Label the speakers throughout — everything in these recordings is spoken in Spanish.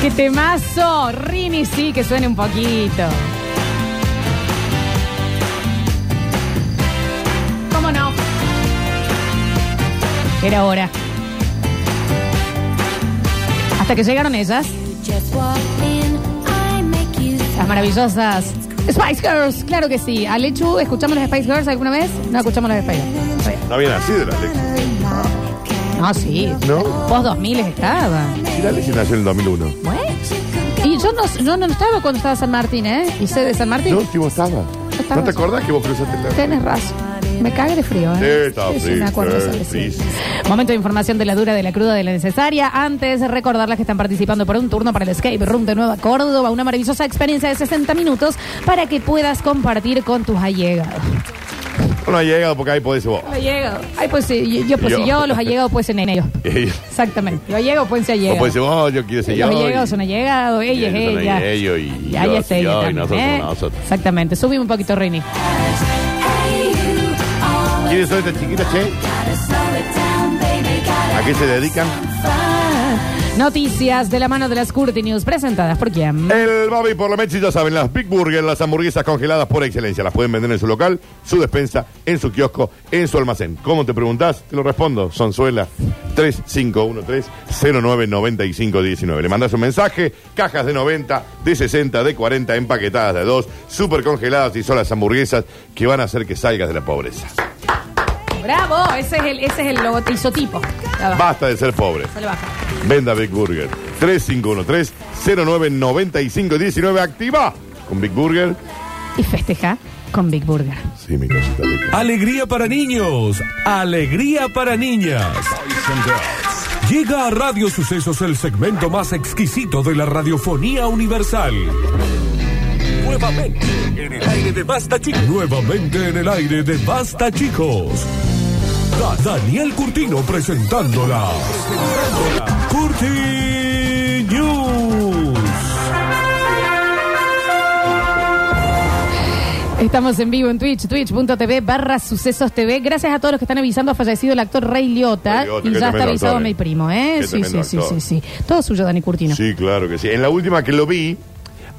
Speaker 1: ¡Qué temazo! Rini sí, que suene un poquito. ¿Cómo no? Era hora. Hasta que llegaron ellas, las maravillosas Spice Girls. Claro que sí. Alechu, ¿escuchamos las Spice Girls alguna vez? No escuchamos las Spice Girls. Está bien.
Speaker 2: No había nacido la Alexis.
Speaker 1: No, sí.
Speaker 2: ¿No?
Speaker 1: Post 2000 estaba.
Speaker 2: Y la Alexis nació en el 2001.
Speaker 1: Bueno. Y yo no, yo no estaba cuando estaba San Martín, ¿eh? Y sé de San Martín.
Speaker 2: No, que vos estabas.
Speaker 1: estaba.
Speaker 2: ¿No te acordás que vos cruzaste la...
Speaker 1: Tenés razón. Me cague de frío, ¿eh?
Speaker 2: Sí, estaba frío,
Speaker 1: me acuerdo,
Speaker 2: sí,
Speaker 1: sí, sí.
Speaker 2: frío.
Speaker 1: Momento de información de la dura, de la cruda, de la necesaria. Antes, recordarles que están participando por un turno para el Escape Room de Nueva Córdoba. Una maravillosa experiencia de 60 minutos para que puedas compartir con tus allegados.
Speaker 2: No ha llegado porque ahí podés vos.
Speaker 1: Allegados. Ay, pues sí, yo, pues
Speaker 2: Yo.
Speaker 1: sí, yo, los allegados, pues en ellos.
Speaker 2: o
Speaker 1: Exactamente. Los allegados, pues se allegados.
Speaker 2: podés decir vos, yo quiero ser yo.
Speaker 1: Los
Speaker 2: y-
Speaker 1: allegados son allegados,
Speaker 2: y
Speaker 1: ellas,
Speaker 2: ellos son
Speaker 1: ellas.
Speaker 2: ellos, y
Speaker 1: Y ahí
Speaker 2: yo
Speaker 1: está
Speaker 2: soy
Speaker 1: ella
Speaker 2: yo, y
Speaker 1: también,
Speaker 2: nosotros
Speaker 1: ¿eh?
Speaker 2: somos nosotros.
Speaker 1: Exactamente. Subí un poquito, Rini.
Speaker 2: ¿Quiénes son estas chiquitas, che? ¿A qué se dedican?
Speaker 1: Ah. Noticias de la mano de las Curti News presentadas por quién.
Speaker 2: El Babi por la Mechi, ya saben, las Big Burger, las hamburguesas congeladas por excelencia. Las pueden vender en su local, su despensa, en su kiosco, en su almacén. ¿Cómo te preguntás? Te lo respondo. Sonzuela 3513-099519. Le mandas un mensaje, cajas de 90, de 60, de 40, empaquetadas de 2, súper congeladas y son las hamburguesas que van a hacer que salgas de la pobreza.
Speaker 1: Bravo, ese es el, ese es el logotipo. Ya va,
Speaker 2: Basta de ser pobre.
Speaker 1: se le baja.
Speaker 2: Venda Big Burger. 3513-099519. Activa con Big Burger.
Speaker 1: Y festeja con Big Burger.
Speaker 2: Sí, mi cosita rica.
Speaker 3: Alegría para niños, alegría para niñas. Llega a Radio Sucesos el segmento más exquisito de la radiofonía universal. Nuevamente en el aire de Basta Chicos. Nuevamente en el aire de Basta Chicos. Da- Daniel Curtino presentándola. Curti News.
Speaker 1: Estamos en vivo en Twitch, twitch.tv barra sucesos TV. Gracias a todos los que están avisando. Ha fallecido el actor Rey Liotta.
Speaker 2: Rey Liotta,
Speaker 1: y
Speaker 2: qué
Speaker 1: ya está
Speaker 2: tremendo
Speaker 1: avisado
Speaker 2: actor, eh.
Speaker 1: mi primo, ¿eh?
Speaker 2: Qué
Speaker 1: Sí, sí,
Speaker 2: tremendo
Speaker 1: sí, sí,
Speaker 2: actor.
Speaker 1: sí. Todo suyo, Dani Curtino.
Speaker 2: Sí, claro que sí. En la última que lo vi,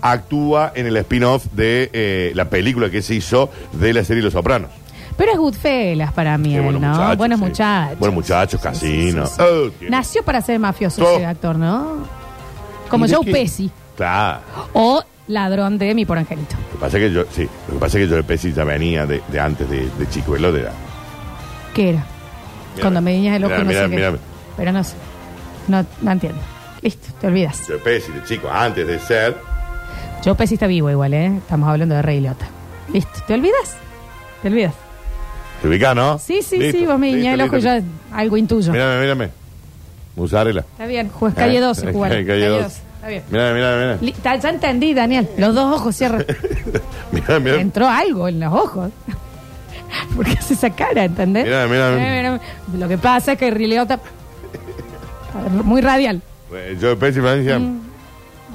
Speaker 2: actúa en el spin-off de eh, la película que se hizo de la serie Los Sopranos.
Speaker 1: Pero es Goodfellas para mí,
Speaker 2: Qué
Speaker 1: él,
Speaker 2: buenos
Speaker 1: ¿no?
Speaker 2: muchachos,
Speaker 1: buenos
Speaker 2: sí.
Speaker 1: muchachos.
Speaker 2: Buenos muchachos, casino. Oh, qué-
Speaker 1: Nació para ser mafioso
Speaker 2: Todo.
Speaker 1: ese actor, ¿no? Como
Speaker 2: ¿Y de
Speaker 1: Joe
Speaker 2: qué?
Speaker 1: Pesci
Speaker 2: Claro.
Speaker 1: o ladrón de mi por angelito.
Speaker 2: Lo que pasa es que yo, sí, lo que pasa es que yo de Pesci ya venía de, de antes de, de chico, el de la-
Speaker 1: ¿Qué era? Cuando me guiñas el ojo
Speaker 2: Mirá,
Speaker 1: no sé
Speaker 2: mirá,
Speaker 1: qué.
Speaker 2: mirá.
Speaker 1: Pero no sé. No, no entiendo. Listo, te olvidas.
Speaker 2: Yo de Pesci, de chico, antes de ser.
Speaker 1: Joe Pesci está vivo igual, ¿eh? Estamos hablando de Rey Liotta. Listo, te olvidas. Te olvidas.
Speaker 2: ¿Te ubicás, no?
Speaker 1: Sí, sí,
Speaker 2: Listo,
Speaker 1: sí, vos me
Speaker 2: listo,
Speaker 1: guiñás el
Speaker 2: listo,
Speaker 1: ojo y ya
Speaker 2: listo.
Speaker 1: algo intuyo.
Speaker 2: Mírame, mírame. Musarela.
Speaker 1: Está bien, juez calle 12, jugar.
Speaker 2: Ah, eh, Calle 12.
Speaker 1: 12. Está bien.
Speaker 2: Mírame, mírame,
Speaker 1: Li- ta- Ya entendí, Daniel. Los dos ojos cierran.
Speaker 2: mírame. Mírame, mírame.
Speaker 1: entró algo en los ojos. Porque hace esa cara, ¿entendés?
Speaker 2: Mirá, mirá, mirá.
Speaker 1: Eh, mirá. Lo que pasa es que Riliota. Muy radial.
Speaker 2: Eh, Yo de Pesci me decía.
Speaker 1: Mm.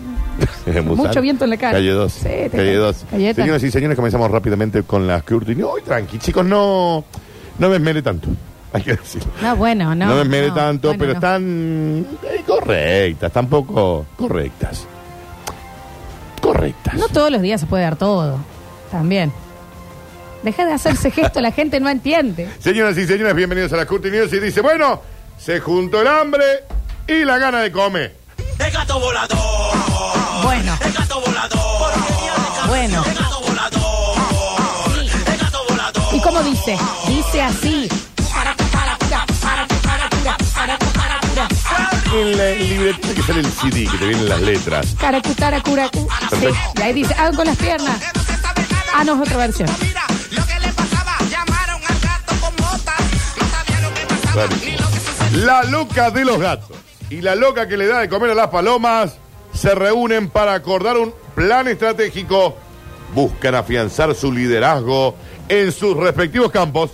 Speaker 1: Mucho viento en la cara.
Speaker 2: Calle 2.
Speaker 1: Sí, te
Speaker 2: calle
Speaker 1: creo.
Speaker 2: 2.
Speaker 1: Galleta.
Speaker 2: Señoras y señores, comenzamos rápidamente con las Curtin. Hoy tranqui, chicos, no, no me esmere tanto. Hay que decirlo.
Speaker 1: No, bueno, no.
Speaker 2: No, me esmere
Speaker 1: no,
Speaker 2: tanto,
Speaker 1: bueno,
Speaker 2: pero
Speaker 1: no.
Speaker 2: están eh, correctas, tampoco correctas. Correctas.
Speaker 1: No todos los días se puede dar todo. También. Deja de hacerse gesto, la gente no entiende.
Speaker 2: Señoras y señores, bienvenidos a las Curtin News. Y dice, bueno, se juntó el hambre y la gana de comer.
Speaker 4: El gato volador,
Speaker 1: Bueno,
Speaker 4: el gato volador,
Speaker 1: bueno.
Speaker 4: el gato volador, el gato volador.
Speaker 1: ¿Y cómo dice? Dice así.
Speaker 2: En la libretita que sale el CD, que te vienen las letras.
Speaker 1: Caracutara, curacu. Sí. Y ahí dice, ah, con las piernas. Ah, no, es otra versión.
Speaker 5: Mira lo que le pasaba, llamaron al gato con botas. No sabía lo que pasaba,
Speaker 2: Claro.
Speaker 5: ni lo que sucedía.
Speaker 2: La loca de los gatos y la loca que le da de comer a las palomas se reúnen para acordar un plan estratégico. Buscan afianzar su liderazgo en sus respectivos campos.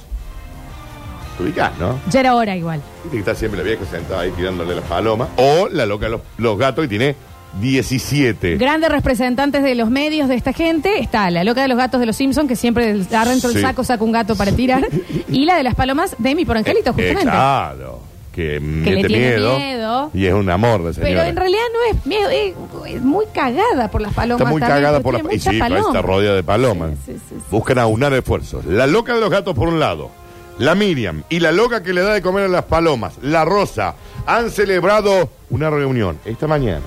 Speaker 2: Te ubicás, ¿no?
Speaker 1: Ya era hora igual.
Speaker 2: Viste que está siempre la vieja sentada ahí tirándole las palomas. O la loca de los, los gatos que tiene 17.
Speaker 1: Grandes representantes de los medios de esta gente está la loca de los gatos de los Simpsons, que siempre del- adentro del
Speaker 2: Sí.
Speaker 1: saco saca un gato para tirar, y la de las palomas de mi por Angelito,
Speaker 2: Eh,
Speaker 1: justamente.
Speaker 2: claro. que,
Speaker 1: le
Speaker 2: mete
Speaker 1: tiene
Speaker 2: miedo,
Speaker 1: miedo.
Speaker 2: Y es un amor la señora.
Speaker 1: Pero en realidad no es miedo, es, es muy cagada por las palomas.
Speaker 2: Está muy
Speaker 1: también,
Speaker 2: cagada por
Speaker 1: porque
Speaker 2: la
Speaker 1: tiene
Speaker 2: Y sí, pues,
Speaker 1: mucha
Speaker 2: ahí está
Speaker 1: paloma.
Speaker 2: rodea de palomas.
Speaker 1: Sí, sí, sí, sí.
Speaker 2: Buscan aunar esfuerzos. La loca de los gatos por un lado, la Miriam y la loca que le da de comer a las palomas, la Rosa, han celebrado una reunión. Esta mañana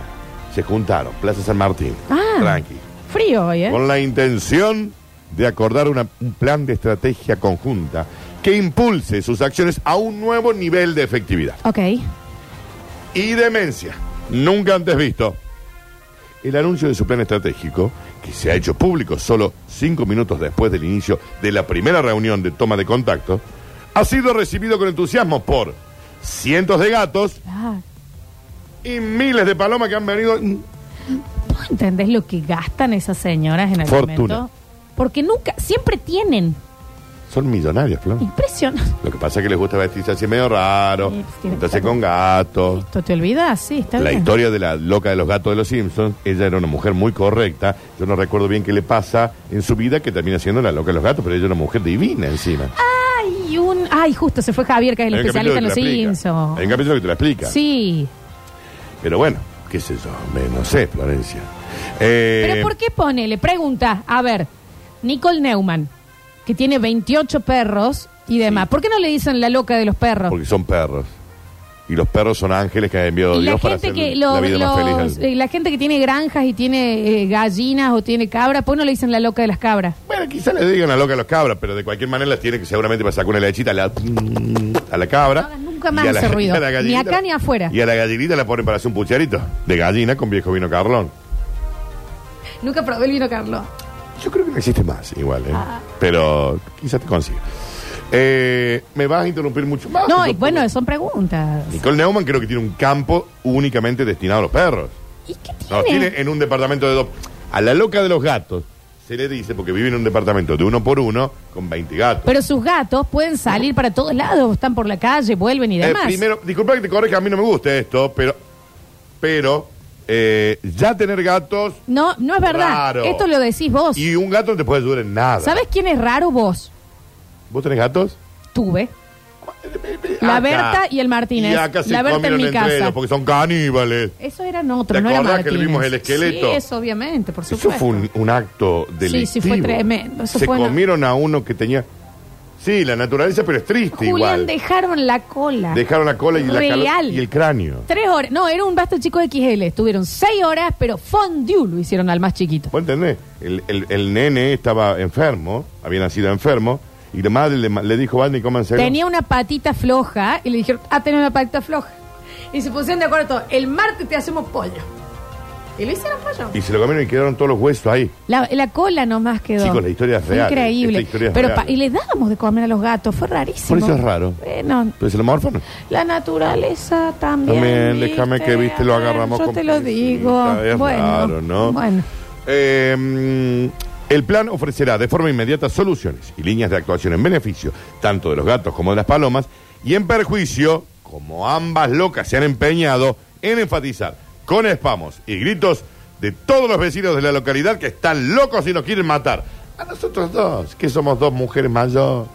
Speaker 2: se juntaron, Plaza San Martín,
Speaker 1: Ah.
Speaker 2: tranqui,
Speaker 1: Frío hoy, ¿eh?
Speaker 2: con la intención de acordar una- un plan de estrategia conjunta que impulse sus acciones a un nuevo nivel de efectividad
Speaker 1: Ok.
Speaker 2: y demencia. Nunca antes visto. El anuncio de su plan estratégico, que se ha hecho público solo cinco minutos después del inicio de la primera reunión de toma de contacto, ha sido recibido con entusiasmo por cientos de gatos
Speaker 1: Ah,
Speaker 2: y miles de palomas que han venido. Mm,
Speaker 1: ¿Vos entendés lo que gastan esas señoras en el
Speaker 2: Fortuna.
Speaker 1: momento? Porque nunca, siempre tienen.
Speaker 2: Son millonarios, Flor.
Speaker 1: Impresionante.
Speaker 2: Lo que pasa es que les gusta vestirse así medio raro,
Speaker 1: Sí, pues tiene
Speaker 2: juntarse
Speaker 1: que ser.
Speaker 2: con gatos.
Speaker 1: Esto te olvidas, sí, está
Speaker 2: La
Speaker 1: bien.
Speaker 2: historia de la loca de los gatos de los Simpsons, ella era una mujer muy correcta, yo no recuerdo bien qué le pasa en su vida que termina siendo la loca de los gatos, pero ella era una mujer divina encima.
Speaker 1: Hay un. Ay, justo se fue Javier, que es Ah, el
Speaker 2: Hay un
Speaker 1: especialista en
Speaker 2: capítulo
Speaker 1: los
Speaker 2: que te la explica.
Speaker 1: Simpsons.
Speaker 2: Hay un capítulo que te la explica.
Speaker 1: Sí.
Speaker 2: Pero bueno, qué sé yo, me- no sé, Florencia. Eh,
Speaker 1: Pero ¿por qué pone? Le pregunta, a ver, Nicole Neumann, que tiene 28 perros y demás, ¿por qué no le dicen la loca de los perros?
Speaker 2: Porque son perros. Y los perros son ángeles que ha enviado
Speaker 1: y la
Speaker 2: Dios para
Speaker 1: gente
Speaker 2: hacer
Speaker 1: que
Speaker 2: la
Speaker 1: los-
Speaker 2: vida más feliz.
Speaker 1: los-
Speaker 2: al-
Speaker 1: eh, la gente que tiene granjas y tiene eh, gallinas o tiene cabras, ¿por qué no le dicen la loca de las cabras?
Speaker 2: Bueno, quizá le digan a loca a los cabras, pero de cualquier manera las tiene que seguramente para sacar una lechita a la, a la cabra.
Speaker 1: No hagas nunca más
Speaker 2: Y a la-
Speaker 1: ese ruido,
Speaker 2: y a la
Speaker 1: ni
Speaker 2: gallinita-
Speaker 1: acá ni afuera.
Speaker 2: Y a la gallinita la ponen para hacer un pucharito de gallina con viejo vino carlón.
Speaker 1: Nunca probé el vino Carlos.
Speaker 2: Yo creo que no existe más, igual, ¿eh?
Speaker 1: Ah.
Speaker 2: Pero quizás te consiga. Eh, ¿Me vas a interrumpir mucho más?
Speaker 1: No,
Speaker 2: Yo-
Speaker 1: y bueno, son preguntas.
Speaker 2: Nicole Neumann creo que tiene un campo únicamente destinado a los perros.
Speaker 1: ¿Y qué
Speaker 2: No,
Speaker 1: tiene?
Speaker 2: tiene en un departamento de dos. A la loca de los gatos se le dice, porque vive en un departamento de uno por uno con 20 gatos.
Speaker 1: Pero sus gatos pueden salir para todos lados, están por la calle, vuelven y
Speaker 2: Eh,
Speaker 1: demás.
Speaker 2: primero, disculpa que te corrija, a mí no me gusta esto, pero, pero eh, ya tener gatos
Speaker 1: No, no es verdad.
Speaker 2: Raro.
Speaker 1: Esto lo decís vos.
Speaker 2: y un gato no te puede ayudar en nada.
Speaker 1: ¿Sabes quién es raro vos?
Speaker 2: ¿Vos tenés gatos?
Speaker 1: Tuve. La
Speaker 2: Acá.
Speaker 1: Berta y el Martínez.
Speaker 2: Y acá se
Speaker 1: La Berta
Speaker 2: comieron
Speaker 1: en mi
Speaker 2: entre
Speaker 1: casa.
Speaker 2: ellos porque son caníbales.
Speaker 1: Eso eran otros,
Speaker 2: ¿Te
Speaker 1: no era
Speaker 2: acordás que le
Speaker 1: Martínez.
Speaker 2: vimos el esqueleto?
Speaker 1: Sí, eso obviamente, por
Speaker 2: Eso
Speaker 1: supuesto.
Speaker 2: fue un, un acto
Speaker 1: Sí,
Speaker 2: delictivo.
Speaker 1: sí, fue tremendo. Eso
Speaker 2: se
Speaker 1: fue una-
Speaker 2: comieron a uno que tenía... Sí, la naturaleza, pero es triste
Speaker 1: Julián
Speaker 2: igual.
Speaker 1: dejaron la cola.
Speaker 2: Dejaron la cola y, la calo-
Speaker 1: Real.
Speaker 2: y el cráneo.
Speaker 1: Tres horas. No, era un vasto chico XL. Estuvieron seis horas, pero fondue lo hicieron al más chiquito.
Speaker 2: ¿Vos entendés? El, el- el nene estaba enfermo, había nacido enfermo, y la madre le, ma- le dijo, Valdi, cómanse.
Speaker 1: Tenía una patita floja y le dijeron, ah, tenés una patita floja. Y se pusieron de acuerdo todos, el martes te hacemos pollo. Y lo hicieron pollo.
Speaker 2: Y se lo comieron y quedaron todos los huesos ahí.
Speaker 1: La, la cola nomás quedó.
Speaker 2: Chicos, la historia es
Speaker 1: Fue
Speaker 2: real.
Speaker 1: Increíble.
Speaker 2: Esta historia es
Speaker 1: pero
Speaker 2: real.
Speaker 1: pa- y les dábamos de comer a los gatos, fue rarísimo.
Speaker 2: Por eso es raro.
Speaker 1: Bueno,
Speaker 2: Pero se lo morfaron.
Speaker 1: la naturaleza también. ah,
Speaker 2: También, déjame que, viste, lo agarramos
Speaker 1: Yo
Speaker 2: con
Speaker 1: te lo
Speaker 2: pinzita,
Speaker 1: digo.
Speaker 2: es
Speaker 1: bueno,
Speaker 2: raro, ¿no?
Speaker 1: Bueno.
Speaker 2: Eh, mm, el plan ofrecerá de forma inmediata soluciones y líneas de actuación en beneficio tanto de los gatos como de las palomas y en perjuicio, como ambas locas se han empeñado en enfatizar con espamos y gritos de todos los vecinos de la localidad que están locos y nos quieren matar. A nosotros dos, que somos dos mujeres mayores,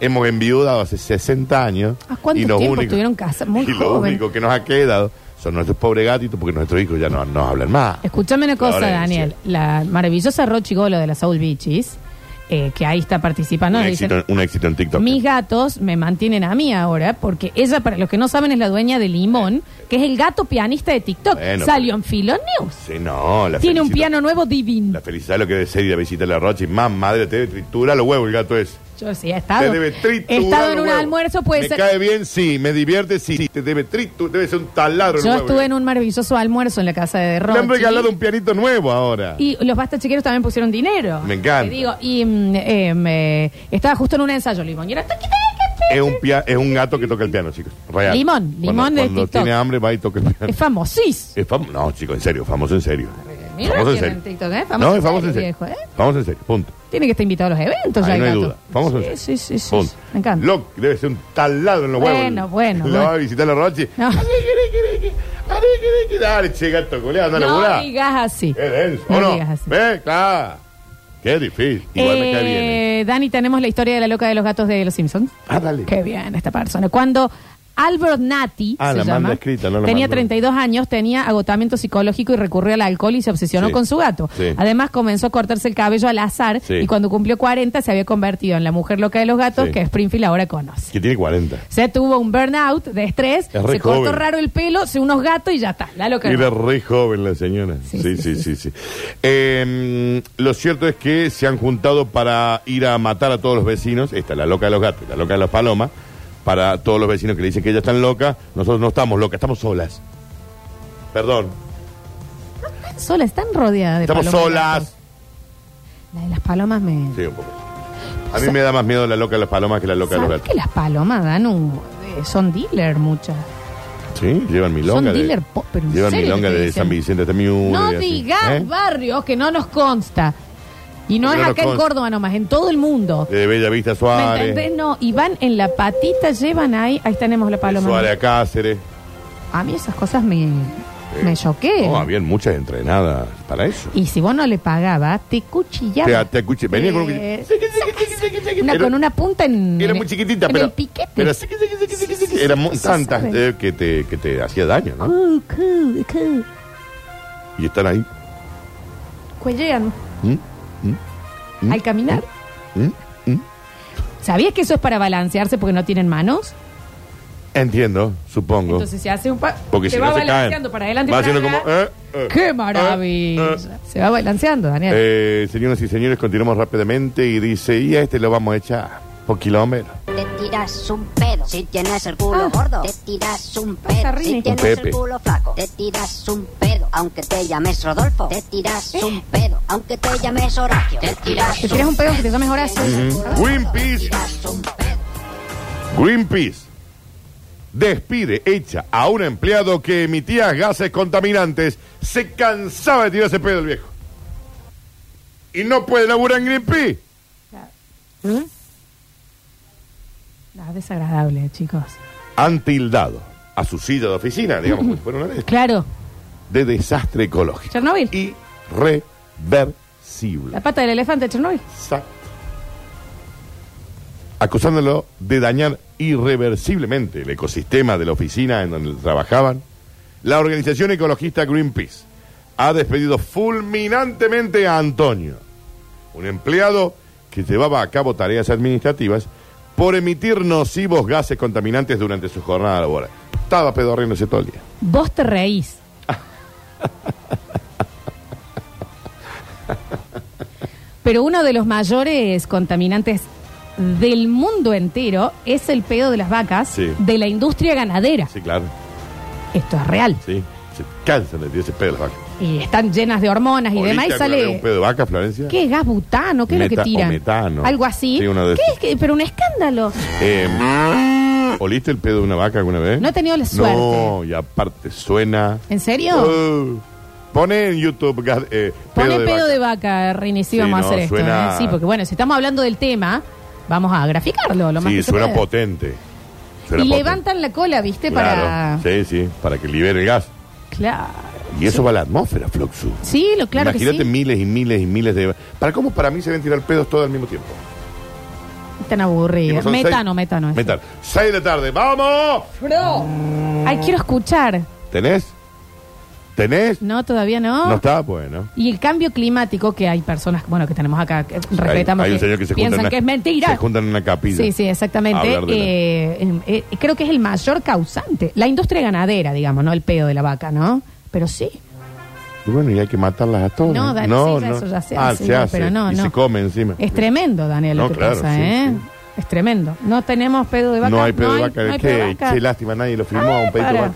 Speaker 2: hemos enviudado hace 60 años.
Speaker 1: ¿A cuánto
Speaker 2: y lo
Speaker 1: tiempo
Speaker 2: único-
Speaker 1: tuvieron casa? Muy
Speaker 2: y lo
Speaker 1: joven.
Speaker 2: único que nos ha quedado son nuestros pobres gatitos porque nuestros hijos ya no nos hablan más.
Speaker 1: Escúchame una cosa,
Speaker 2: Ahora,
Speaker 1: Daniel. La maravillosa Rochi Golo de la Soul Beaches, eh, que ahí está participando,
Speaker 2: un,
Speaker 1: nos
Speaker 2: éxito,
Speaker 1: dicen,
Speaker 2: un éxito en TikTok.
Speaker 1: Mis gatos me mantienen a mí ahora, porque ella, para los que no saben, es la dueña de Limón, que es el gato pianista de TikTok.
Speaker 2: Bueno,
Speaker 1: Salió
Speaker 2: pero-
Speaker 1: en Filo News.
Speaker 2: Sí, no, la
Speaker 1: Tiene un
Speaker 2: felicito.
Speaker 1: piano nuevo divino.
Speaker 2: La felicidad lo que desea ir a visitar la Rocha y más madre te debe triturar los huevos el gato es.
Speaker 1: Yo sí, he
Speaker 2: Te
Speaker 1: estado.
Speaker 2: debe triturar.
Speaker 1: he estado en
Speaker 2: los
Speaker 1: un
Speaker 2: huevos.
Speaker 1: almuerzo, puede
Speaker 2: Me
Speaker 1: ser.
Speaker 2: cae bien, sí. Me divierte, sí. sí. Te debe triturar. Debe ser un taladro. el
Speaker 1: Yo
Speaker 2: huevo.
Speaker 1: estuve en un maravilloso almuerzo en la casa de
Speaker 2: Le han regalado
Speaker 1: Rochi.
Speaker 2: un pianito nuevo ahora.
Speaker 1: Y los basta chiqueros también pusieron dinero.
Speaker 2: Me encanta.
Speaker 1: Te digo, y mm, eh, me- estaba justo en un ensayo, Limón. Y era. taqui, taqui, taqui.
Speaker 2: Es, un pia- es un gato que toca el piano, chicos. Real.
Speaker 1: Limón,
Speaker 2: Cuando-
Speaker 1: limón de
Speaker 2: Cuando
Speaker 1: TikTok.
Speaker 2: tiene hambre va y toca el piano.
Speaker 1: Es famosísimo.
Speaker 2: Es fam- no, chicos, en serio, famoso en serio.
Speaker 1: Mira
Speaker 2: famoso
Speaker 1: quién
Speaker 2: en serio.
Speaker 1: en TikTok, ¿eh? Famoso
Speaker 2: No,
Speaker 1: en
Speaker 2: es famoso en
Speaker 1: serio,
Speaker 2: serio.
Speaker 1: viejo, ¿eh?
Speaker 2: Famoso en serio, punto.
Speaker 1: Tiene que estar invitado a los eventos ya
Speaker 2: Ahí
Speaker 1: el
Speaker 2: no hay
Speaker 1: gato.
Speaker 2: duda. Famoso en
Speaker 1: sí,
Speaker 2: serio.
Speaker 1: sí, sí, sí,
Speaker 2: Punto.
Speaker 1: sí. Me encanta.
Speaker 2: Lo- debe ser un taladro en los
Speaker 1: Bueno,
Speaker 2: huevos.
Speaker 1: bueno,
Speaker 2: La
Speaker 1: bueno.
Speaker 2: va a visitar la Rochi.
Speaker 1: No.
Speaker 2: Ari, ari, ari, ari, ari, Dale, che, gato, culiao, anda a
Speaker 1: No
Speaker 2: laburar.
Speaker 1: digas así.
Speaker 2: Es denso,
Speaker 1: No
Speaker 2: ¿o no?
Speaker 1: digas así.
Speaker 2: ¿Ves? Claro. Qué difícil. Igual me cae bien. ¿eh?
Speaker 1: Eh, Dani, tenemos la historia de la loca de los gatos de los Simpsons.
Speaker 2: Ah, dale.
Speaker 1: Qué bien esta persona. Cuando Albert Nati,
Speaker 2: Ah,
Speaker 1: se
Speaker 2: la manda
Speaker 1: llama.
Speaker 2: escrita, no la
Speaker 1: tenía
Speaker 2: mando.
Speaker 1: 32 años, tenía agotamiento psicológico y recurrió al alcohol y se obsesionó
Speaker 2: Sí.
Speaker 1: con su gato.
Speaker 2: Sí.
Speaker 1: Además comenzó a cortarse el cabello al azar
Speaker 2: Sí.
Speaker 1: y cuando cumplió 40 se había convertido en la mujer loca de los gatos
Speaker 2: Sí.
Speaker 1: que Springfield ahora conoce.
Speaker 2: Que tiene 40.
Speaker 1: Se tuvo un burnout de estrés,
Speaker 2: Es re
Speaker 1: se cortó
Speaker 2: joven.
Speaker 1: raro el pelo, se unos gatos y ya está. La loca.
Speaker 2: Era re joven la señora. Sí,
Speaker 1: Sí,
Speaker 2: sí, sí,
Speaker 1: sí,
Speaker 2: sí. Eh, lo cierto es que se han juntado para ir a matar a todos los vecinos. Esta, la loca de los gatos, la loca de las palomas. Para todos los vecinos que le dicen que ellas están locas. Nosotros no estamos locas, estamos solas. Perdón,
Speaker 1: Sola, están rodeadas de
Speaker 2: estamos
Speaker 1: palomas y
Speaker 2: solas.
Speaker 1: gatos. La de las palomas me...
Speaker 2: Sí, un poco. A mí me da más miedo la loca de las palomas que la loca de los
Speaker 1: ¿Sabes que
Speaker 2: gatos.
Speaker 1: las palomas, Danu, eh, son dealer muchas?
Speaker 2: Sí, llevan milonga.
Speaker 1: Son
Speaker 2: de,
Speaker 1: dealer pop, pero en
Speaker 2: llevan
Speaker 1: serio
Speaker 2: milonga
Speaker 1: te
Speaker 2: de
Speaker 1: dicen.
Speaker 2: San Vicente hasta Miura
Speaker 1: No
Speaker 2: y así.
Speaker 1: digas
Speaker 2: ¿Eh?
Speaker 1: barrios que no nos consta. Y no
Speaker 2: Porque
Speaker 1: es
Speaker 2: no
Speaker 1: acá
Speaker 2: nos
Speaker 1: en
Speaker 2: consta.
Speaker 1: Córdoba nomás, en todo el mundo.
Speaker 2: De Bella Vista
Speaker 1: ¿Me
Speaker 2: Suárez.
Speaker 1: entendés? No, y van en la patita, llevan ahí, ahí tenemos la
Speaker 2: de
Speaker 1: paloma.
Speaker 2: Suárez a Cáceres.
Speaker 1: A mí esas cosas me, me choqué.
Speaker 2: No, Oh, habían muchas entrenadas para eso.
Speaker 1: Y si vos no le pagabas, te cuchillaban.
Speaker 2: Te, te escuché, venía con un
Speaker 1: Eh,
Speaker 2: cuchillo.
Speaker 1: una,
Speaker 2: Era-
Speaker 1: con una punta en.
Speaker 2: Era
Speaker 1: en-
Speaker 2: muy chiquitita,
Speaker 1: en
Speaker 2: pero.
Speaker 1: el piquete.
Speaker 2: pero-
Speaker 1: Sí, sí, sí,
Speaker 2: Era
Speaker 1: sí,
Speaker 2: mu-
Speaker 1: se
Speaker 2: tantas
Speaker 1: sabe.
Speaker 2: eh, que te, que te hacía daño, ¿no?
Speaker 1: Cu, cu, cu.
Speaker 2: Y están ahí.
Speaker 1: Cuellean.
Speaker 2: ¿Mm?
Speaker 1: al caminar.
Speaker 2: ¿Mm?
Speaker 1: ¿Sabías que eso es para balancearse porque no tienen manos?
Speaker 2: Entiendo, supongo.
Speaker 1: Entonces se hace un pa
Speaker 2: Porque
Speaker 1: se
Speaker 2: si
Speaker 1: va
Speaker 2: no se
Speaker 1: balanceando
Speaker 2: caen.
Speaker 1: para adelante y
Speaker 2: Va
Speaker 1: para
Speaker 2: haciendo
Speaker 1: atrás.
Speaker 2: como. eh, eh,
Speaker 1: ¡Qué
Speaker 2: eh,
Speaker 1: maravilla!
Speaker 2: eh.
Speaker 1: Se va balanceando, Daniel.
Speaker 2: Eh, señoras y señores, continuamos rápidamente y dice, y a este lo vamos a echar por kilómetro.
Speaker 6: Te tiras un pedo si tienes el culo
Speaker 1: Ah.
Speaker 6: gordo. Te tiras un
Speaker 1: Pasa,
Speaker 6: pedo
Speaker 1: Rini.
Speaker 6: si tienes
Speaker 2: Un Pepe.
Speaker 6: el culo flaco. Te tiras un pedo aunque te llames Rodolfo. Te tiras un pedo aunque te llames Horacio. Te tiras
Speaker 1: Eh. te tiras un pedo que te llames Horacio.
Speaker 2: Greenpeace. Greenpeace despide, echa a un empleado que emitía gases contaminantes. Se cansaba de tirarse pedo el viejo. Y no puede laburar en Greenpeace.
Speaker 1: Ah, desagradable, chicos.
Speaker 2: Han tildado a su silla de oficina, digamos, como si fuera una de,
Speaker 1: Claro,
Speaker 2: de desastre ecológico.
Speaker 1: Chernobyl.
Speaker 2: Irreversible.
Speaker 1: La pata del elefante de Chernobyl.
Speaker 2: Exacto. Acusándolo de dañar irreversiblemente el ecosistema de la oficina en donde trabajaban, la organización ecologista Greenpeace ha despedido fulminantemente a Antonio, un empleado que llevaba a cabo tareas administrativas por emitir nocivos gases contaminantes durante su jornada laboral. Estaba pedorriéndose todo el día.
Speaker 1: Vos te reís. Pero uno de los mayores contaminantes del mundo entero es el pedo de las vacas
Speaker 2: Sí.
Speaker 1: de la industria ganadera.
Speaker 2: Sí, claro.
Speaker 1: Esto es real.
Speaker 2: Sí. Se cansan de tirarse pedo las vacas.
Speaker 1: Y están llenas de hormonas y demás y
Speaker 2: ¿Oliste alguna vez
Speaker 1: sale...
Speaker 2: un pedo de vaca, Florencia?
Speaker 1: ¿Qué es gas butano? ¿Qué es lo
Speaker 2: Meta-
Speaker 1: que
Speaker 2: o
Speaker 1: tiran?
Speaker 2: metano.
Speaker 1: Algo así.
Speaker 2: Sí, uno de
Speaker 1: ¿Qué
Speaker 2: esos.
Speaker 1: es que- Pero un escándalo.
Speaker 2: Eh, ¿Oliste el pedo de una vaca alguna vez?
Speaker 1: No he tenido la
Speaker 2: No,
Speaker 1: suerte.
Speaker 2: y aparte suena.
Speaker 1: ¿En serio?
Speaker 2: Uh, pone en YouTube ga- eh,
Speaker 1: Pone
Speaker 2: de
Speaker 1: pedo
Speaker 2: vaca.
Speaker 1: de vaca, Rini, sí,
Speaker 2: Sí,
Speaker 1: vamos
Speaker 2: no,
Speaker 1: a hacer esto.
Speaker 2: suena-
Speaker 1: ¿eh? Sí, porque bueno, si estamos hablando del tema, vamos a graficarlo lo más
Speaker 2: Sí,
Speaker 1: que se
Speaker 2: suena
Speaker 1: pueda.
Speaker 2: potente. Suena
Speaker 1: y
Speaker 2: potente.
Speaker 1: levantan la cola, ¿viste?
Speaker 2: Claro, Sí, sí, para que libere el gas.
Speaker 1: Para. Claro.
Speaker 2: Y eso va a la atmósfera, Fluxu.
Speaker 1: Sí, lo claro
Speaker 2: Imagínate
Speaker 1: que sí.
Speaker 2: miles y miles y miles de. ¿Para cómo para mí se ven tirar pedos todos al mismo tiempo?
Speaker 1: Tan aburrido.
Speaker 2: Tipo, son
Speaker 1: Metano,
Speaker 2: seis-
Speaker 1: metano. es.
Speaker 2: Metano. Seis de la tarde, ¡vamos!
Speaker 1: Bro. Ay, quiero escuchar.
Speaker 2: ¿Tenés? ¿Tenés?
Speaker 1: No, todavía no.
Speaker 2: no está, bueno.
Speaker 1: Y el cambio climático que hay personas, bueno, que tenemos acá, que respetamos,
Speaker 2: hay, hay un
Speaker 1: que
Speaker 2: señor que se junta
Speaker 1: piensan
Speaker 2: en una-
Speaker 1: que es mentira.
Speaker 2: Se juntan en una capilla.
Speaker 1: Sí, sí, exactamente.
Speaker 2: A hablar de la-
Speaker 1: Eh, eh, eh, creo que es el mayor causante. La industria ganadera, digamos, no el pedo de la vaca, ¿no? Pero sí.
Speaker 2: Y bueno, y hay que matarlas a todas.
Speaker 1: No, Dani, sí, ya eso ya se
Speaker 2: Ah,
Speaker 1: hace,
Speaker 2: se
Speaker 1: no,
Speaker 2: hace.
Speaker 1: pero no,
Speaker 2: y
Speaker 1: no. Este,
Speaker 2: se come encima.
Speaker 1: Es tremendo, Daniel,
Speaker 2: No,
Speaker 1: lo que
Speaker 2: claro,
Speaker 1: pasa,
Speaker 2: sí,
Speaker 1: ¿eh? Es tremendo. No tenemos pedo de vaca.
Speaker 2: no hay pedo de vaca.
Speaker 1: no hay
Speaker 2: ¿Qué?
Speaker 1: pedo de vaca. Ah,
Speaker 2: Che, lástima, nadie lo firmó,
Speaker 1: Ay,
Speaker 2: un pedito de
Speaker 1: para.
Speaker 2: vaca.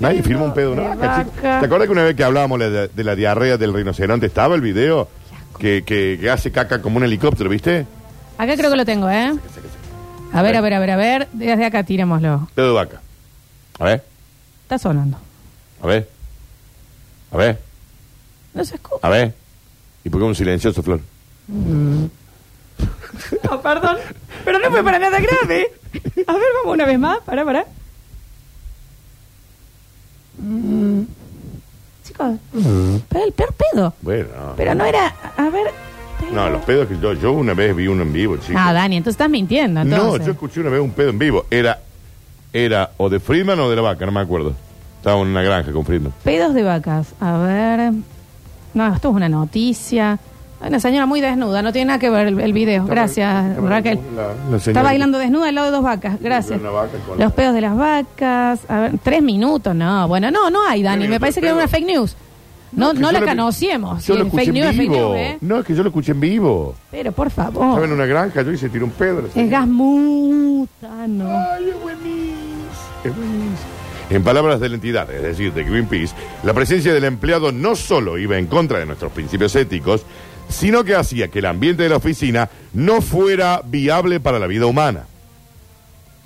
Speaker 2: Nadie
Speaker 1: Pedo
Speaker 2: firmó un pedo de
Speaker 1: de
Speaker 2: una vaca, chico.
Speaker 1: vaca.
Speaker 2: ¿Te acuerdas que una vez que hablábamos la- de, la diarrea del rinoceronte estaba el video que, que, que hace caca como un helicóptero, ¿viste?
Speaker 1: Acá creo que lo tengo, ¿eh? A
Speaker 2: Eh.
Speaker 1: ver, a ver, a ver, a ver. Desde acá tirémoslo.
Speaker 2: Pedo de vaca. A ver,
Speaker 1: Está sonando.
Speaker 2: a ver. A ver,
Speaker 1: No se escucha.
Speaker 2: a ver. ¿Y por qué un silencioso, Flor?
Speaker 1: No, perdón. Pero no fue para nada grave. A ver, vamos una vez más. Pará, pará. Mm. Chicos, pero el peor pedo.
Speaker 2: Bueno, no.
Speaker 1: Pero no era. A ver.
Speaker 2: No, los pedos que yo, yo una vez vi uno en vivo, chicos.
Speaker 1: Ah, Dani, Ah, entonces estás mintiendo.
Speaker 2: No,
Speaker 1: Entonces.
Speaker 2: yo escuché una vez un pedo en vivo. Era era o de Friedman o de la vaca, no me acuerdo. Estaba en una granja con Friedman.
Speaker 1: Pedos de vacas. A ver. No, esto es una noticia. Hay Una señora muy desnuda, no tiene nada que ver el, el video. Gracias,
Speaker 2: está bail-
Speaker 1: Raquel.
Speaker 2: la- la señora-
Speaker 1: Está bailando desnuda al lado de dos vacas. Gracias.
Speaker 2: una vaca con-
Speaker 1: Los pedos de las vacas. A ver, tres minutos. No, bueno, no, no hay, Dani.
Speaker 2: Tres
Speaker 1: Me
Speaker 2: minutos
Speaker 1: parece
Speaker 2: de
Speaker 1: que era
Speaker 2: pedo.
Speaker 1: una fake news. No,
Speaker 2: que
Speaker 1: no
Speaker 2: yo
Speaker 1: la
Speaker 2: lo vi-
Speaker 1: conocemos.
Speaker 2: Yo
Speaker 1: Si
Speaker 2: lo
Speaker 1: es
Speaker 2: escuché
Speaker 1: fake news,
Speaker 2: en
Speaker 1: es fake
Speaker 2: vivo.
Speaker 1: news, ¿eh?
Speaker 2: No, es que yo lo escuché en vivo.
Speaker 1: Pero por
Speaker 2: Estaba en
Speaker 1: favor.
Speaker 2: una granja, yo hice tiró un pedro.
Speaker 1: Es gas mutano.
Speaker 2: Ay, es buenísimo. Es buenísimo. En palabras de la entidad, es decir, de Greenpeace, la presencia del empleado no solo iba en contra de nuestros principios éticos, sino que hacía que el ambiente de la oficina no fuera viable para la vida humana.